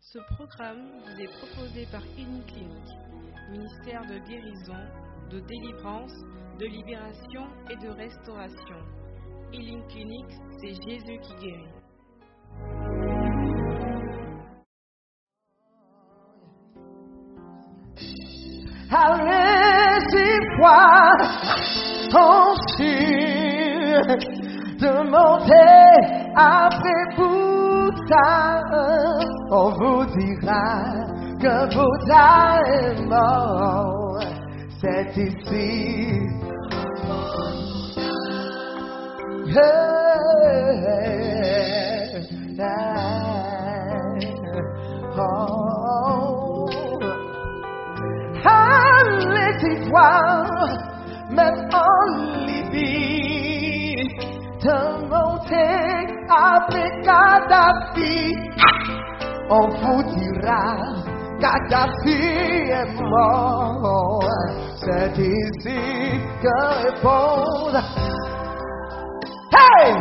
Ce programme vous est proposé par Healing Clinic, ministère de guérison, de délivrance, de libération et de restauration. Healing Clinic, c'est Jésus qui guérit. Allez y quoi penses-tu de monter après Bouddha On vous dira que Bouddha est mort, c'est ici. Hey, hey, oh. Allez-y-toi, même en Libye, de monter avec Kadhafi. On vous dira, Kadhafi est mort. C'est ici que répondent. Hey!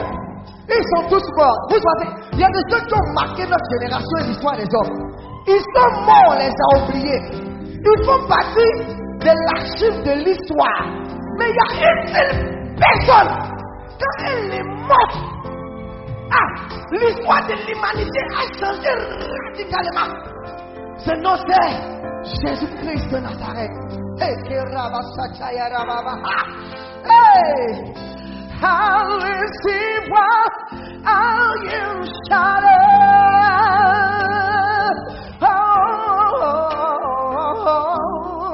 Ils sont tous morts. Vous savez, il y a des gens qui ont marqué notre génération et l'histoire des hommes. Ils sont morts, on les a oubliés. Ils font partie de l'archive de l'histoire. Mais il y a une seule personne. Quand elle est morte, ah, l'histoire de l'humanité a changé radicalement. Ce nom, c'est Jésus-Christ de Nazareth. Hey, que rabba, sataya, rabba, ba, ha. Hey! Allez, si moi, alguien chale. Oh,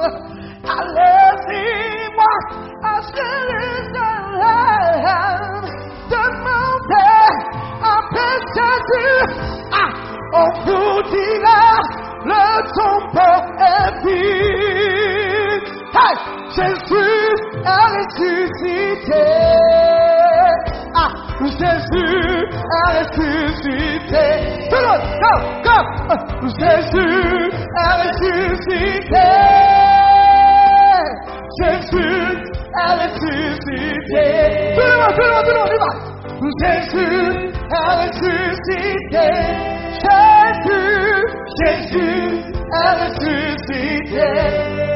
allez, si moi, à Jérusalem, demandez après Jésus. Ah, on vous dira, le tombeau est vide. Hey, Jésus est ressuscité. Ah, Jésus est ressuscité. Tout le monde, go, go. Ah, Jésus est ressuscité. Jésus est ressuscité. Tout le monde, tout le monde, tout le monde, on y va. Jésus est ressuscité. Jésus, Jésus est ressuscité.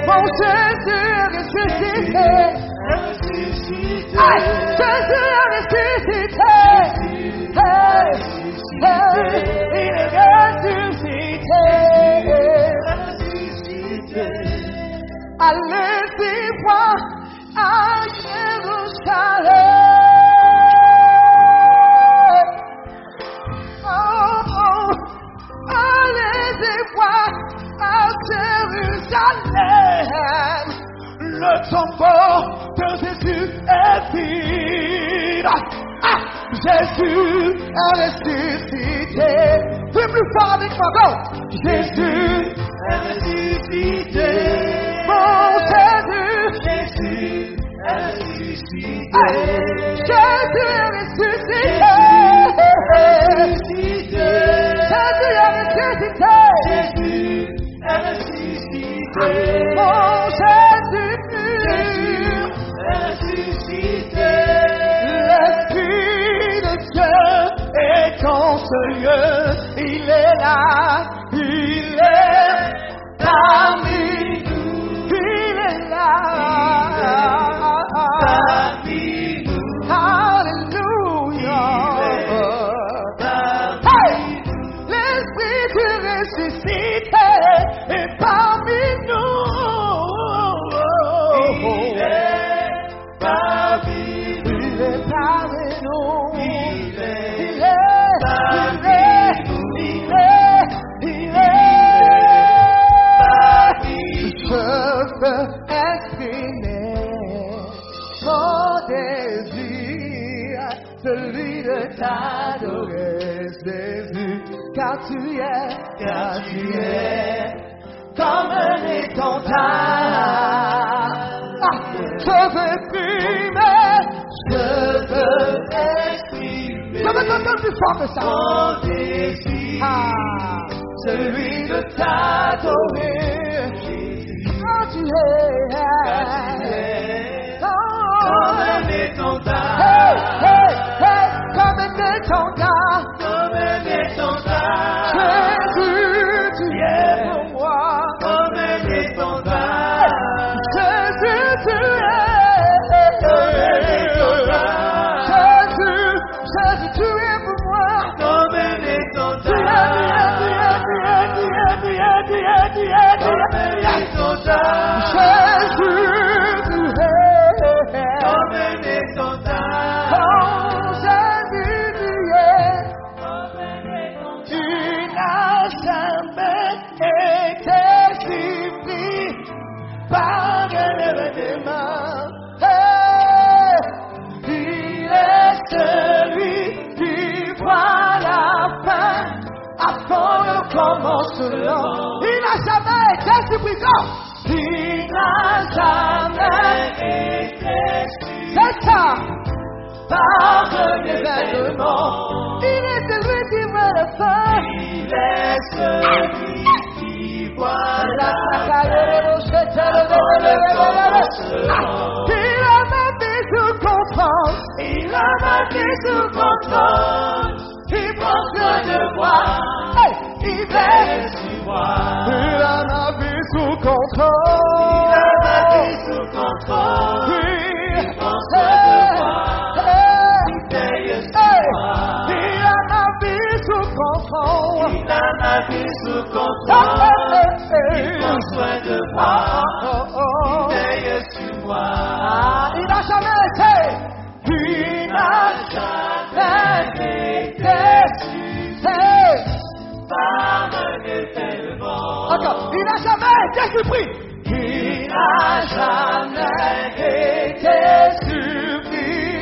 Mon Jésus est ressuscité. Hey, Jésus est ressuscité. Hey, hey, il est ressuscité. Allez-y voir à Jérusalem. Oh, oh, allez-y voir à Jérusalem. Le tombeau de Jésus est vide. Ah, Jésus est ressuscité. Fais plus fort avec ma voix. Jésus est ressuscité. Mon Jésus. Jésus est ressuscité. Hey, Jésus est ressuscité. Ressuscité. Jésus est ressuscité. Jésus est ressuscité. Mon Jésus. est ressuscité. L'Esprit de Dieu est en ce lieu. Il est là, il est parmi nous. Il est là. Parmi nous, Alléluia. Hey! L'Esprit du ressuscité est parmi nous. il est parmi nous. Il est parmi nous. Il est Il est, il est, il est, il est. Je veux exprimer mon désir, celui de t'adorer, Jésus, car tu es, car tu es comme un étendard. Ah, je veux exprimer, je veux exprimer. Je veux t'entendre plus fort que ça. Mon désir, Ah, celui de t'adorer. Quand tu es, est oh, comme un hey, étendard, hey, hey, comme un étendard. comme un étendard. Jésus, Comme ton âme, Jésus, tu es. comme un étendard, Quand Jésus, tu es. Tu n'as jamais été suivi par un événement. Hey! Il est celui qui voit la fin avant le commencement. Il n'a jamais été suffisant. Il n'a jamais été C'est ça. Par un événement. Il est celui qui voit la fin. il est celui qui voit Il la a maintenu sous confiance. Il a maintenu sous confiance. Il prend soin de moi. Hey, il est. Il a maintenu sous confiance. Il prend soin de moi. Il a maintenu sous confiance. Il prend soin de moi. Ah, il n'a jamais été. Il n'a jamais été. Hey. Encore. Il n'a jamais été surpris. Il n'a jamais été surpris.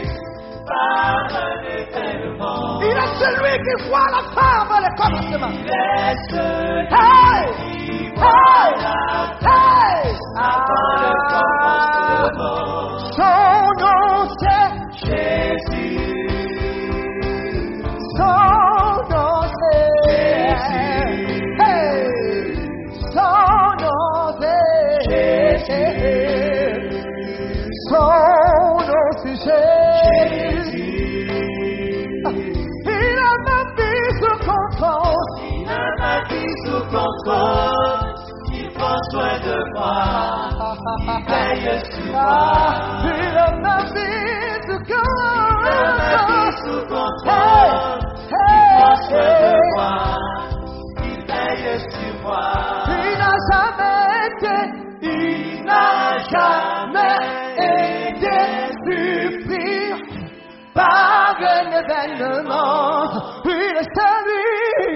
Il est celui qui voit la fin avant le commencement. Hey! Hey! Hey! Ah, son nom c'est Son nom c'est Hey! Son nom c'est Son nom c'est Ah, Il a ma vie sous contrôle. Ah, il a ma vie sous contrôle. Il n'a jamais été, il n'a jamais été surpris par un événement. Il est celui,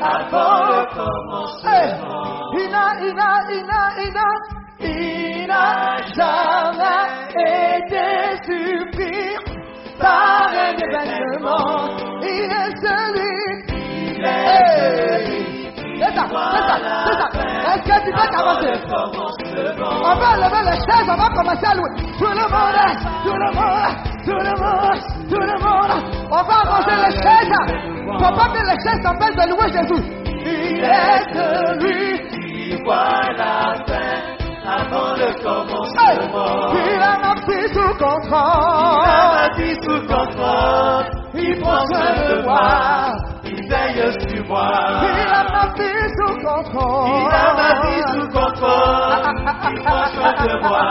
Avant le Eh, commencement, il n'a, il n'a, il n'a, il n'a, il n'a jamais été surpris par un événement. Il est celui, il est celui Hey! c'est ça, c'est ça, c'est ça. Est-ce que tu peux t'avancer? On va lever les chaises, on va commencer à louer. Tout le monde, tout le monde, tout le monde, tout le monde. On va avancer les chaises. Faut pas que les chaises s'empêchent de louer Jésus. Il est celui. Qui voit la fin avant le Hey, commencement. il a ma vie sous Il a contrôle. ma vie sous contrôle. Il prend soin de moi. Il veille sur moi. Il a ma vie sous contrôle. Il a ma vie sous contrôle. Il prend soin de moi.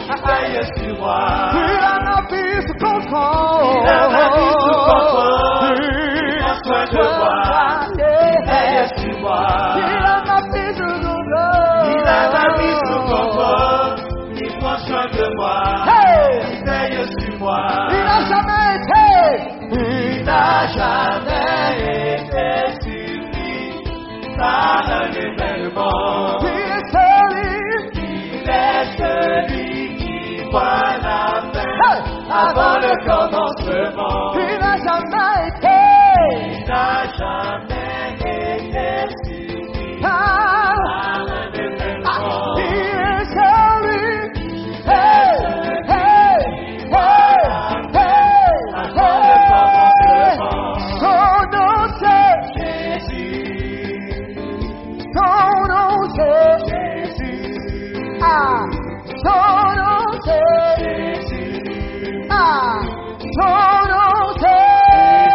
Il veille sur moi. Il a ma vie sous contrôle. Il a ma vie sous contrôle. Il prend soin de moi. Il veille sur Il moi. a ma vie sous Il a ma vie sous contrôle. contrôle. Il prend soin de moi. Hey! Il veille sur moi. Il n'a jamais été. Il n'a jamais été suivi par un événement. Il est celui. Il est celui qui voit la Hey! fin avant le commencement. Il n'a jamais été. Il n'a jamais été suivi Ah, par un ah, événement. Il est celui. Hey! Hey! Hey! Hey! Avant le Hey! commencement. Son nom c'est. Son nom c'est. Ah! Son nom c'est. Ah, son nom c'est.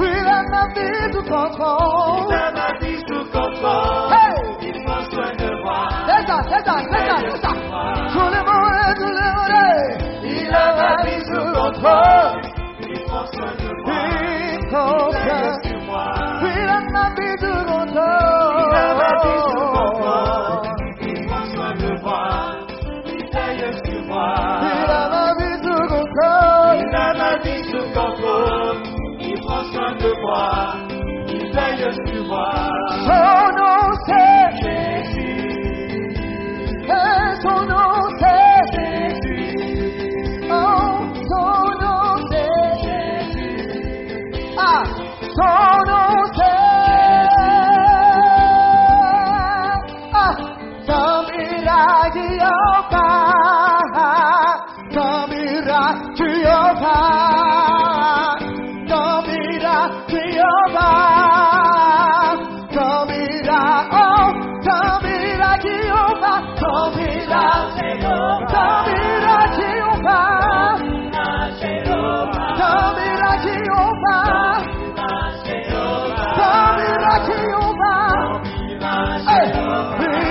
Il a ma vie sous Il contrôle. a ma vie sous contrôle. Hey, Il prend soin de moi. c'est ça, c'est ça, c'est ça, c'est ça. Tout le monde, tout le monde. Il a ma vie sous contrôle. Il fonctionne de moi. Il Veille confesse. sur moi. Il a ma vie de Il a ma vie sous contrôle. contrôle. Il fonctionne de moi. Il veille sur moi. Il a ma vie de Il contrôle. a ma vie sous contrôle. Il prend soin de moi. Il veille sur moi. Son nom c'est Jésus, Jésus. Son nom c'est Jésus, Oh, son nom c'est Jésus. Ah, son nom c'est Ah, comme il a dit au Père, comme il a dit au Père, comme il a dit au Père, comme il a, oh, comme il a dit au Père, comme il a dit Tamira Jehová, Tamira Jehová, Tamira Jehová. Hey,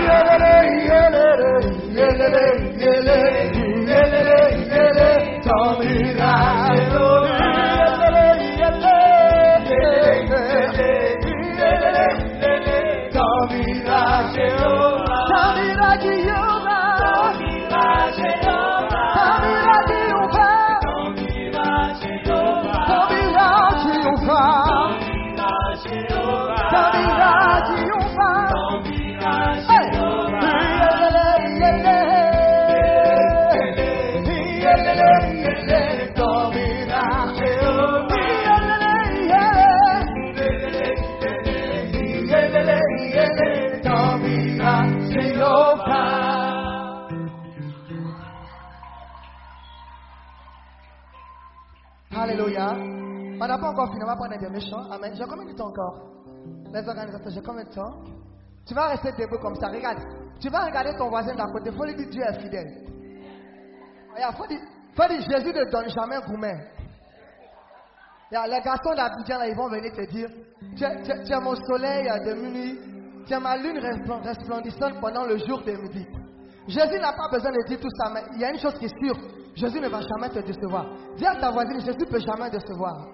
yelele, yelele, yelele, yelele, yelele, yelele, Tamira Jehová. Yelele, yelele, yelele, yelele, Tamira Jehová, Tamira Jehová. Tamira Jehová, Tamira Jehová, Tamira Jehová. Hey! Yelele, yelele, yelele, yelele, Tamira Jehová. Yelele, yelele, yelele, Tamira Jehová. Alléluia. On n'a pas encore fini, on va prendre des méchants. Amen. J'ai combien de temps encore Les organisateurs, j'ai combien de temps Tu vas rester debout comme ça. Regarde. Tu vas regarder ton voisin d'à côté. Il faut lui dire Dieu est fidèle. Il faut dire, faut dire, Jésus ne donne jamais gourmet. Regarde, Les garçons d'Abidjan, là, ils vont venir te dire tu, es- tu es- tu es mon soleil euh, de minuit, tu es ma lune resplen- resplendissante pendant le jour de midi. Jésus n'a pas besoin de dire tout ça, mais il y a une chose qui est sûre Jésus ne va jamais te décevoir. Dis à ta voisine Jésus ne peut jamais décevoir.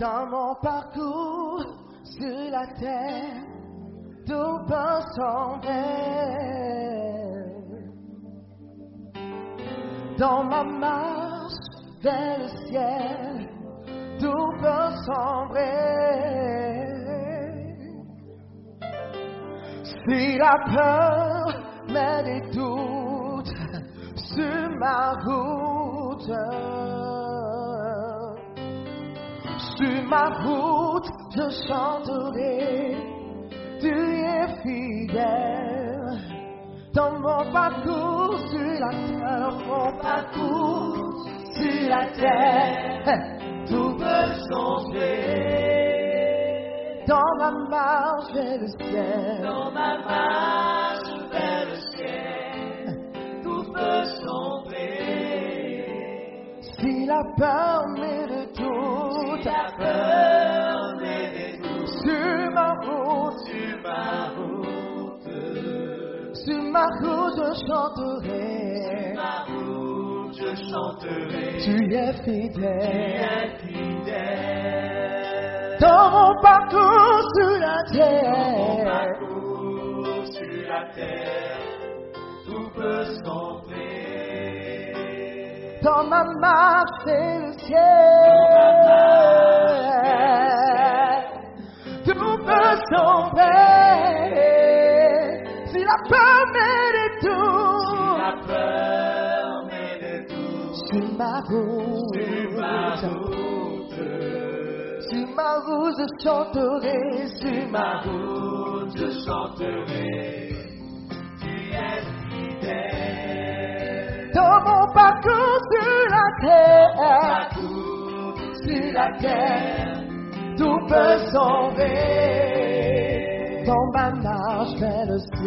Dans mon parcours sur la terre, tout peut sembler dans ma marche vers le ciel, tout peut sembler. Si la peur met des doutes sur ma route, sur ma route, je chanterai, tu es fidèle dans mon parcours sur la terre, mon parcours sur la terre, Hey. tout peut changer. Dans ma marche vers le ciel, dans ma marche vers le ciel, tout peut changer. Si la peur met de tout, si la peur met de tout, sur ma route, sur ma route, sur ma route je chanterai, Je chanterai, tu es fidèle. fidèle, Dans mon parcours sur la Mon terre, parcours sur la terre, tout peut sombrer. dans ma marche et le ciel, tout peut sombrer. Si la peur met de tout, La peur met de tout Sur ma route, sur ma route. sur ma route, je chanterai, sur Sur ma ma route, je chanterai. Tu es fidèle. Dans mon parcours sur la Ma terre, cour sur la terre, tout peut sombrer. Dans ma marche vers le dans ma ciel,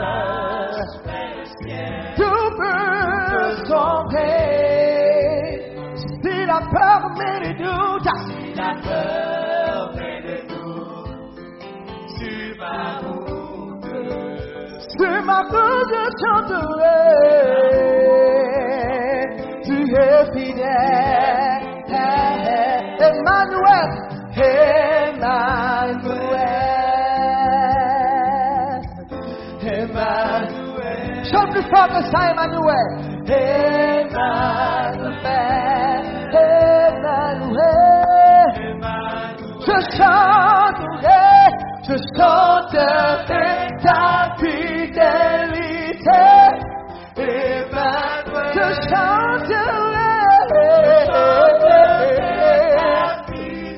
marche vers le ciel. tout peut sombrer. Si la peur met les doutes, La peur met de tout sur ma route. sur ma route, je chanterai. Tu es Père. Emmanuel, Emmanuel, Emmanuel, chante plus fort que ça, Emmanuel. Emmanuel, Père, Emmanuel, Emmanuel, je chanterai, je chanterai ta fidélité. Emmanuel, Je chanterai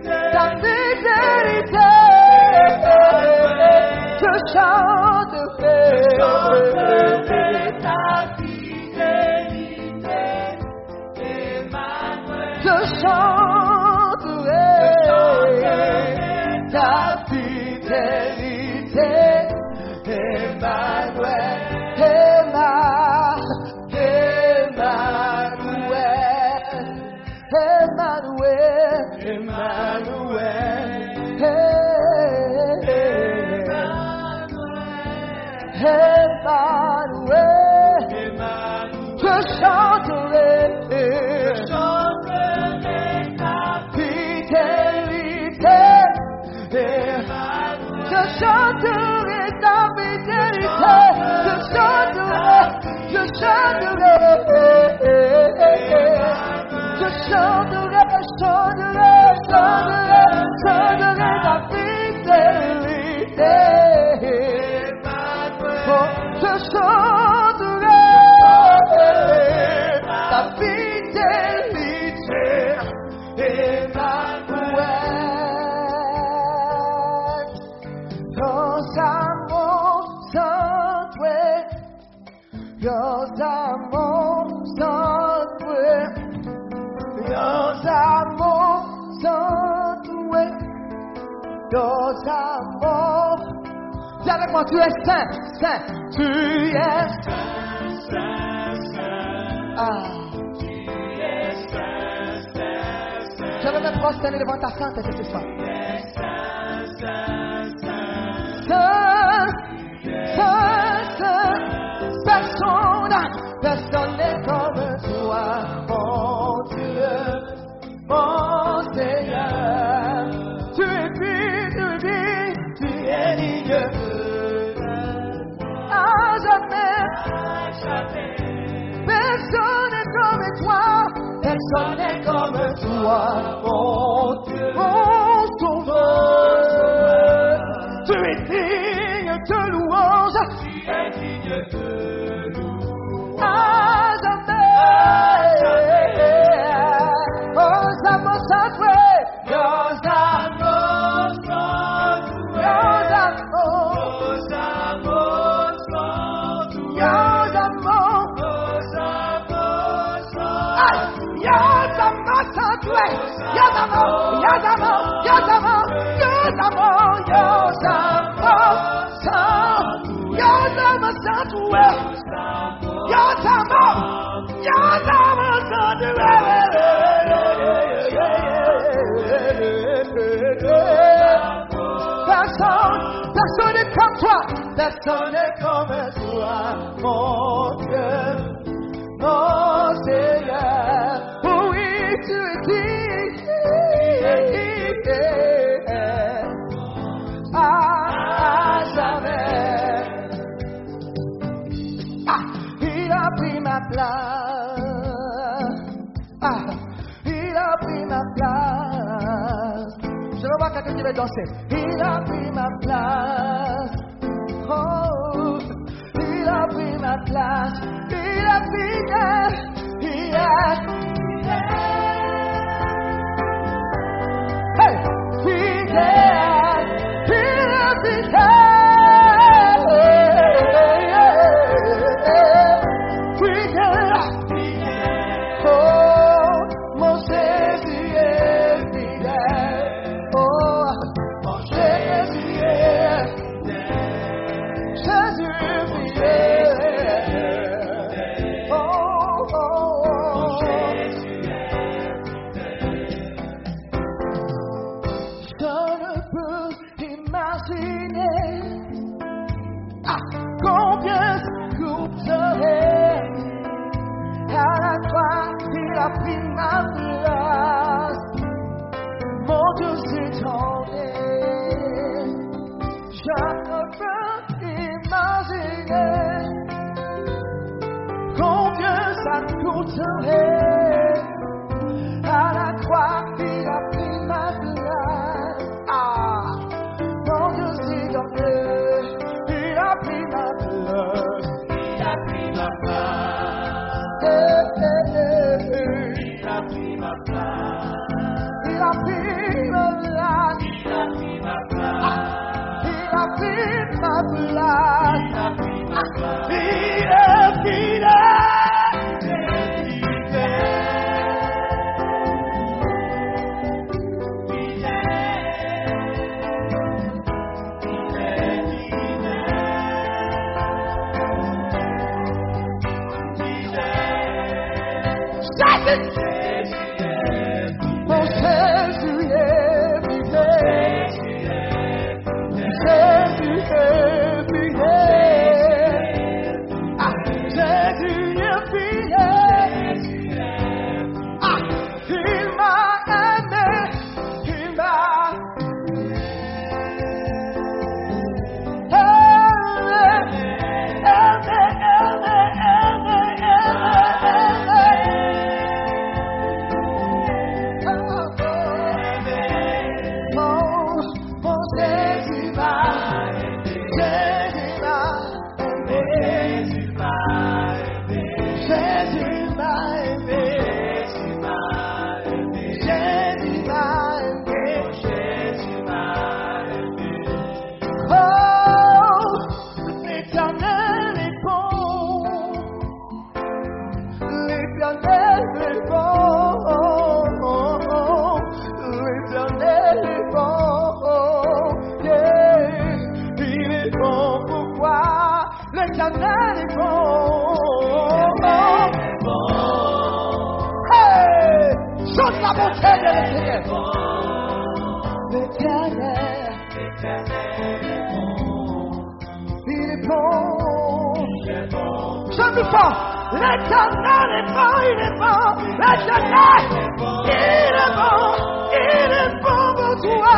ta fidélité. Je chanterai, je 哎 chanterai ta fidélité. Emmanuel, Emma, Emmanuel, Emmanuel. Emmanuel, Hey, Emmanuel, Emmanuel, je 哎 chanterai chanterai ta fidélité, Emmanuel, je chanterai ta fidélité, je chanterai, je chanterai, je chanterai, chanterai, chanterai, chanterai ta fidélité. Je chanterai ta fidélité, Emmanuel. Dans un monde sans toi, dans un monde sans toi, dans un monde sans toi, dans un monde Dis avec moi, tu es saint, saint, tu es saint. Ah. Je vais me prosterner devant ta sainteté ce soir. Saint, saint, saint, personne, personne n'est comme toi, mon Dieu, mon Seigneur. Tu es pur, tu es bien, tu es digne. À jamais, Personne n'est comme toi, personne n'est comme toi, mon Dieu, mon sauveur. Tu es digne de louange à jamais. Aux amours sacrés, nos amours, nos amours, nos amours, Ay, Dios amor sacré, Dios amor, Dios amor, Dios amor, Dios amor, Dios amor, sa- Dios amor sacré, Dios amor, Dios amor sacré. Personne, personne n'est comme toi, personne n'est comme toi, mon Dieu. Mon Seigneur, oui, tu dis à jamais. Ah, il a pris ma place. Ah, il a pris ma place. Je veux voir quelqu'un qui veut danser. Il a pris ma place. Oh, il a pris ma place. Il a pris ma Il a pris ma place. Oh, mon Jésus est fidèle. Oh, mon Jésus est fidèle. Jésus est fidèle. Oh, oh, oh. Je ne peux imaginer ah, combien ce groupe serait à la croix il a pris ma place. Mon Dieu, c'est ton nom. Je peux imaginer combien ça coûterait à la croix il a pris ma place. Ah, mon Dieu, c'est ton nom. Il a pris ma place. Il a pris ma place. Eh, eh, eh, eh. Il a pris ma place. Il a pris ma place, Il a pris ma place. il a pris ma place. Il a pris ma place. Il est fidèle, Jésus, mon Jésus est fidèle. Jésus est fidèle. Ah, Jésus est fidèle. Ah, il m'a aimé, il m'a aimé, aimé, aimé, aimé, aimé, aimé. Oh, oh. Mon, mon Jésus m'a, Jésus m'a aimé, Jésus m'a aimé, Jésus m'a aimé. Oh, l'éternel est bon, l'éternel est bon, l'éternel est bon, yeah. il est bon pourquoi l'éternel est bon. Hey, chante la bonté de l'éternel. L'éternel, il est bon. Je ne pas. L'éternel est bon, il est bon. L'éternel, il est bon. Il est bon pour toi.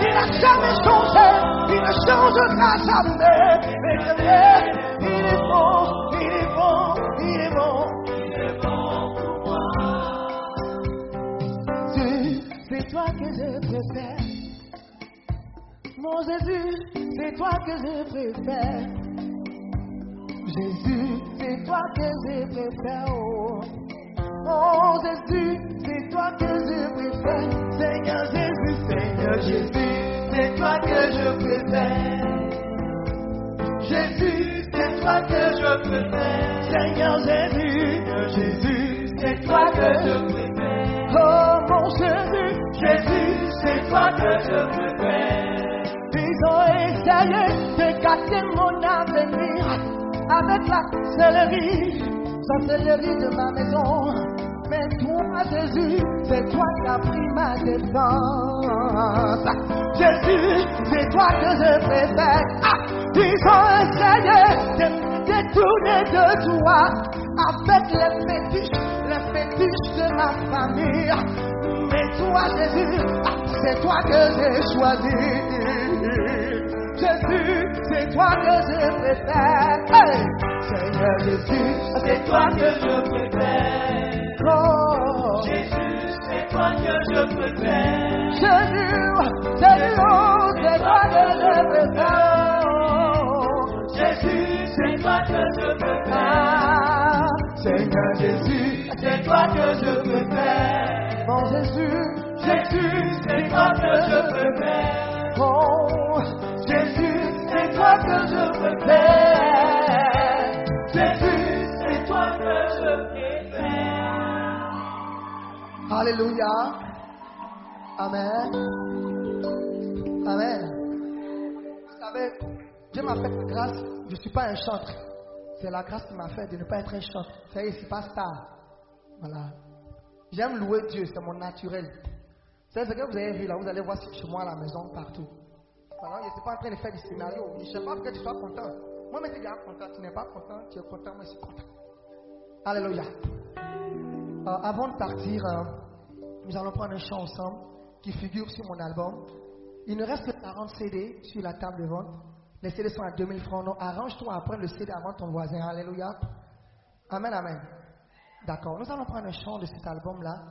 Il n'a jamais changé. Il ne changera jamais. L'éternel, il est bon. Il est bon. Il est bon. Jésus, c'est toi que je préfère. Mon Jésus, c'est toi que je préfère. Jésus, c'est toi que je préfère. Oh, Oh, Jésus, c'est toi que je préfère. Seigneur Jésus, Seigneur Jésus, c'est toi que je préfère. Jésus, c'est toi que je préfère. Seigneur Jésus, Seigneur Jésus, c'est toi que je préfère. Oh mon Jésus, Jésus, c'est toi que je préfère. Ils ont essayé de gâter mon avenir avec la céleri, la céleri de ma maison. Mais toi, Jésus, c'est toi qui as pris ma défense. Jésus, c'est toi que je préfère. Ah, ils ont essayé de me détourner de toi avec les fétiches, les fétiches de ma famille. Mais toi, Jésus, ah, c'est toi que j'ai choisi. Jésus, c'est toi que je préfère. Hey, Seigneur Jésus, c'est toi que je préfère. Oh, Jésus, c'est toi que je préfère. Jésus, Jésus, oh, c'est toi que je préfère. Oh, Jésus, c'est toi que je préfère. ah, Seigneur Jésus, C'est toi que je préfère. mon Jésus, Jésus, c'est toi que je préfère. oh, Jésus, c'est toi que je préfère. Jésus, c'est toi que je préfère. Alléluia. Amen. Amen. Vous savez, Dieu m'a fait la grâce. Je ne suis pas un chantre. C'est la grâce qu'il m'a fait de ne pas être un chantre. Ça y est, je ne suis pas star. Voilà. J'aime louer Dieu, c'est mon naturel. C'est ce que vous avez vu là, vous allez voir chez moi à la maison, partout. Voilà, je ne suis pas en train de faire du scénario. Je ne sais pas pourquoi tu sois content. Moi, je suis déjà content. Tu n'es pas content, tu es content, moi je suis content. Alléluia. Euh, avant de partir, euh, nous allons prendre un chant ensemble qui figure sur mon album. Il ne reste que 40 CD sur la table de vente. Les CD sont à 2000 francs. Donc, arrange-toi à prendre le CD avant ton voisin. Alléluia. Amen, amen. D'accord. Nous allons prendre un chant de cet album-là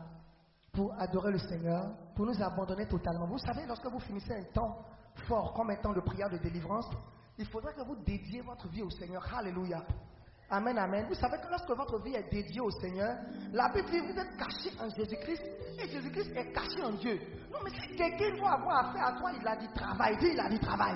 pour adorer le Seigneur, pour nous abandonner totalement. Vous savez, lorsque vous finissez un temps fort, comme un temps de prière de délivrance, il faudra que vous dédiez votre vie au Seigneur. Alléluia. Amen, amen. Vous savez que lorsque votre vie est dédiée au Seigneur, la Bible dit que vous êtes caché en Jésus-Christ et Jésus-Christ est caché en Dieu. Non, mais si quelqu'un doit avoir affaire à toi, il a dit travail. Dis, il a dit travail.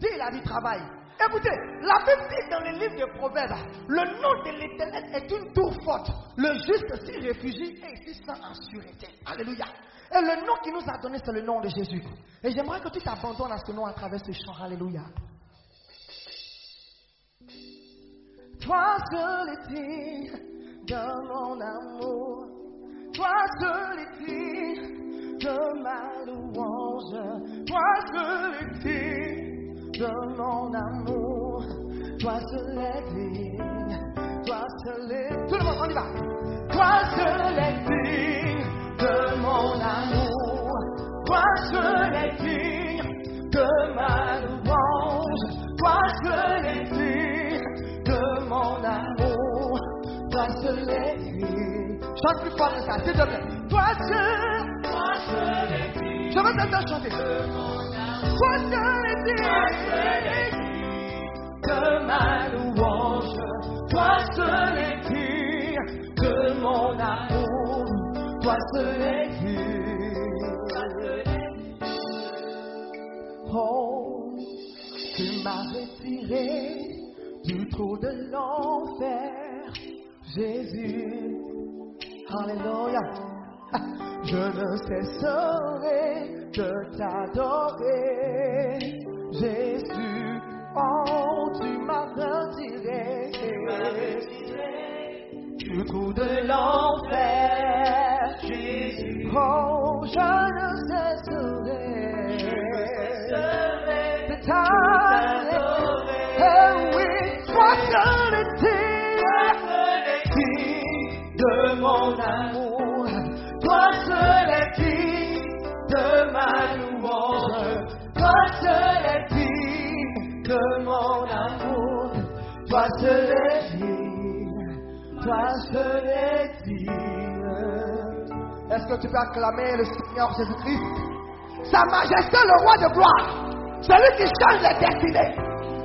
Dis, il a dit travail. Écoutez, la Bible dit dans le livre de Proverbes, le nom de l'Éternel est une tour forte. Le juste s'y réfugie et s'y sent en sûreté. Alléluia. Et le nom qu'il nous a donné, c'est le nom de Jésus. Et j'aimerais que tu t'abandonnes à ce nom à travers ce chant. Alléluia. Toi seul est-il de mon amour. Toi seul est-il de ma louange. Toi seul est-il de mon amour. Toi seul est-il. Toi seul est Tout le monde, on y va. Toi seul est-il de mon amour. Toi seul est-il de ma louange. Toi seul est-il de mon amour. Toi seul est-il. Chante plus fort que ça, s'il te plaît. Toi seul. Toi seul est-il. Je veux t'entendre chanter. Toi seul est-il. de ma louange. Toi seul est-il de mon amour. Toi seul est-il. Oh, tu m'as retiré du trou de l'enfer, Jésus. Alléluia. Je ne cesserai de t'adorer, Jésus. Oh, tu m'as retiré. Du trou de l'enfer, Jésus. Oh, je ne cesserai. de t'adorer. Eh oui, toi seul est-il de mon amour. Toi seul est-il de ma louange. Toi seul est-il de mon amour. Toi seul est-il. Toi seul est-il. Est-ce que tu peux acclamer le Seigneur Jésus-Christ Sa Majesté le Roi de gloire. C'est lui qui change les destinées.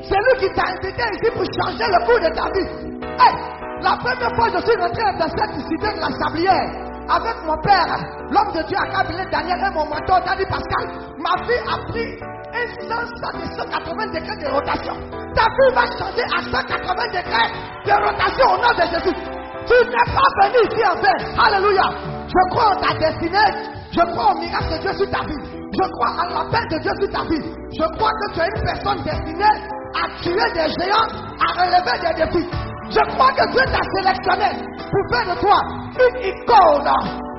C'est lui qui t'a invité ici pour changer le cours de ta vie. Hey, la première fois que je suis rentré dans cette cité de la Sablière, avec mon père, l'homme de Dieu a câblé Daniel et mon mentor, Dani Pascal, ma vie a pris un sens à des 180 degrés de rotation. Ta vie va changer à 180 degrés de rotation au nom de Jésus. Tu n'es pas venu ici en vain. Alléluia. Je crois en ta destinée. Je crois au miracle de Dieu sur ta vie. Je crois à l'appel de Dieu sur ta vie. Je crois que tu es une personne destinée à tuer des géants, à relever des défis. Je crois que Dieu t'a sélectionné pour faire de toi une icône,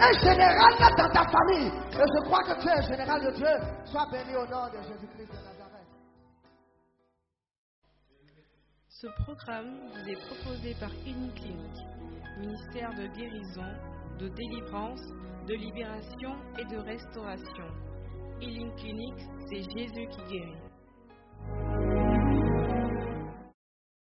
un général dans ta famille. Et je crois que tu es un général de Dieu. Sois béni au nom de Jésus-Christ de Nazareth. Ce programme vous est proposé par Clinique, ministère de guérison, de délivrance, de libération et de restauration. Healing Clinic, c'est Jésus qui guérit.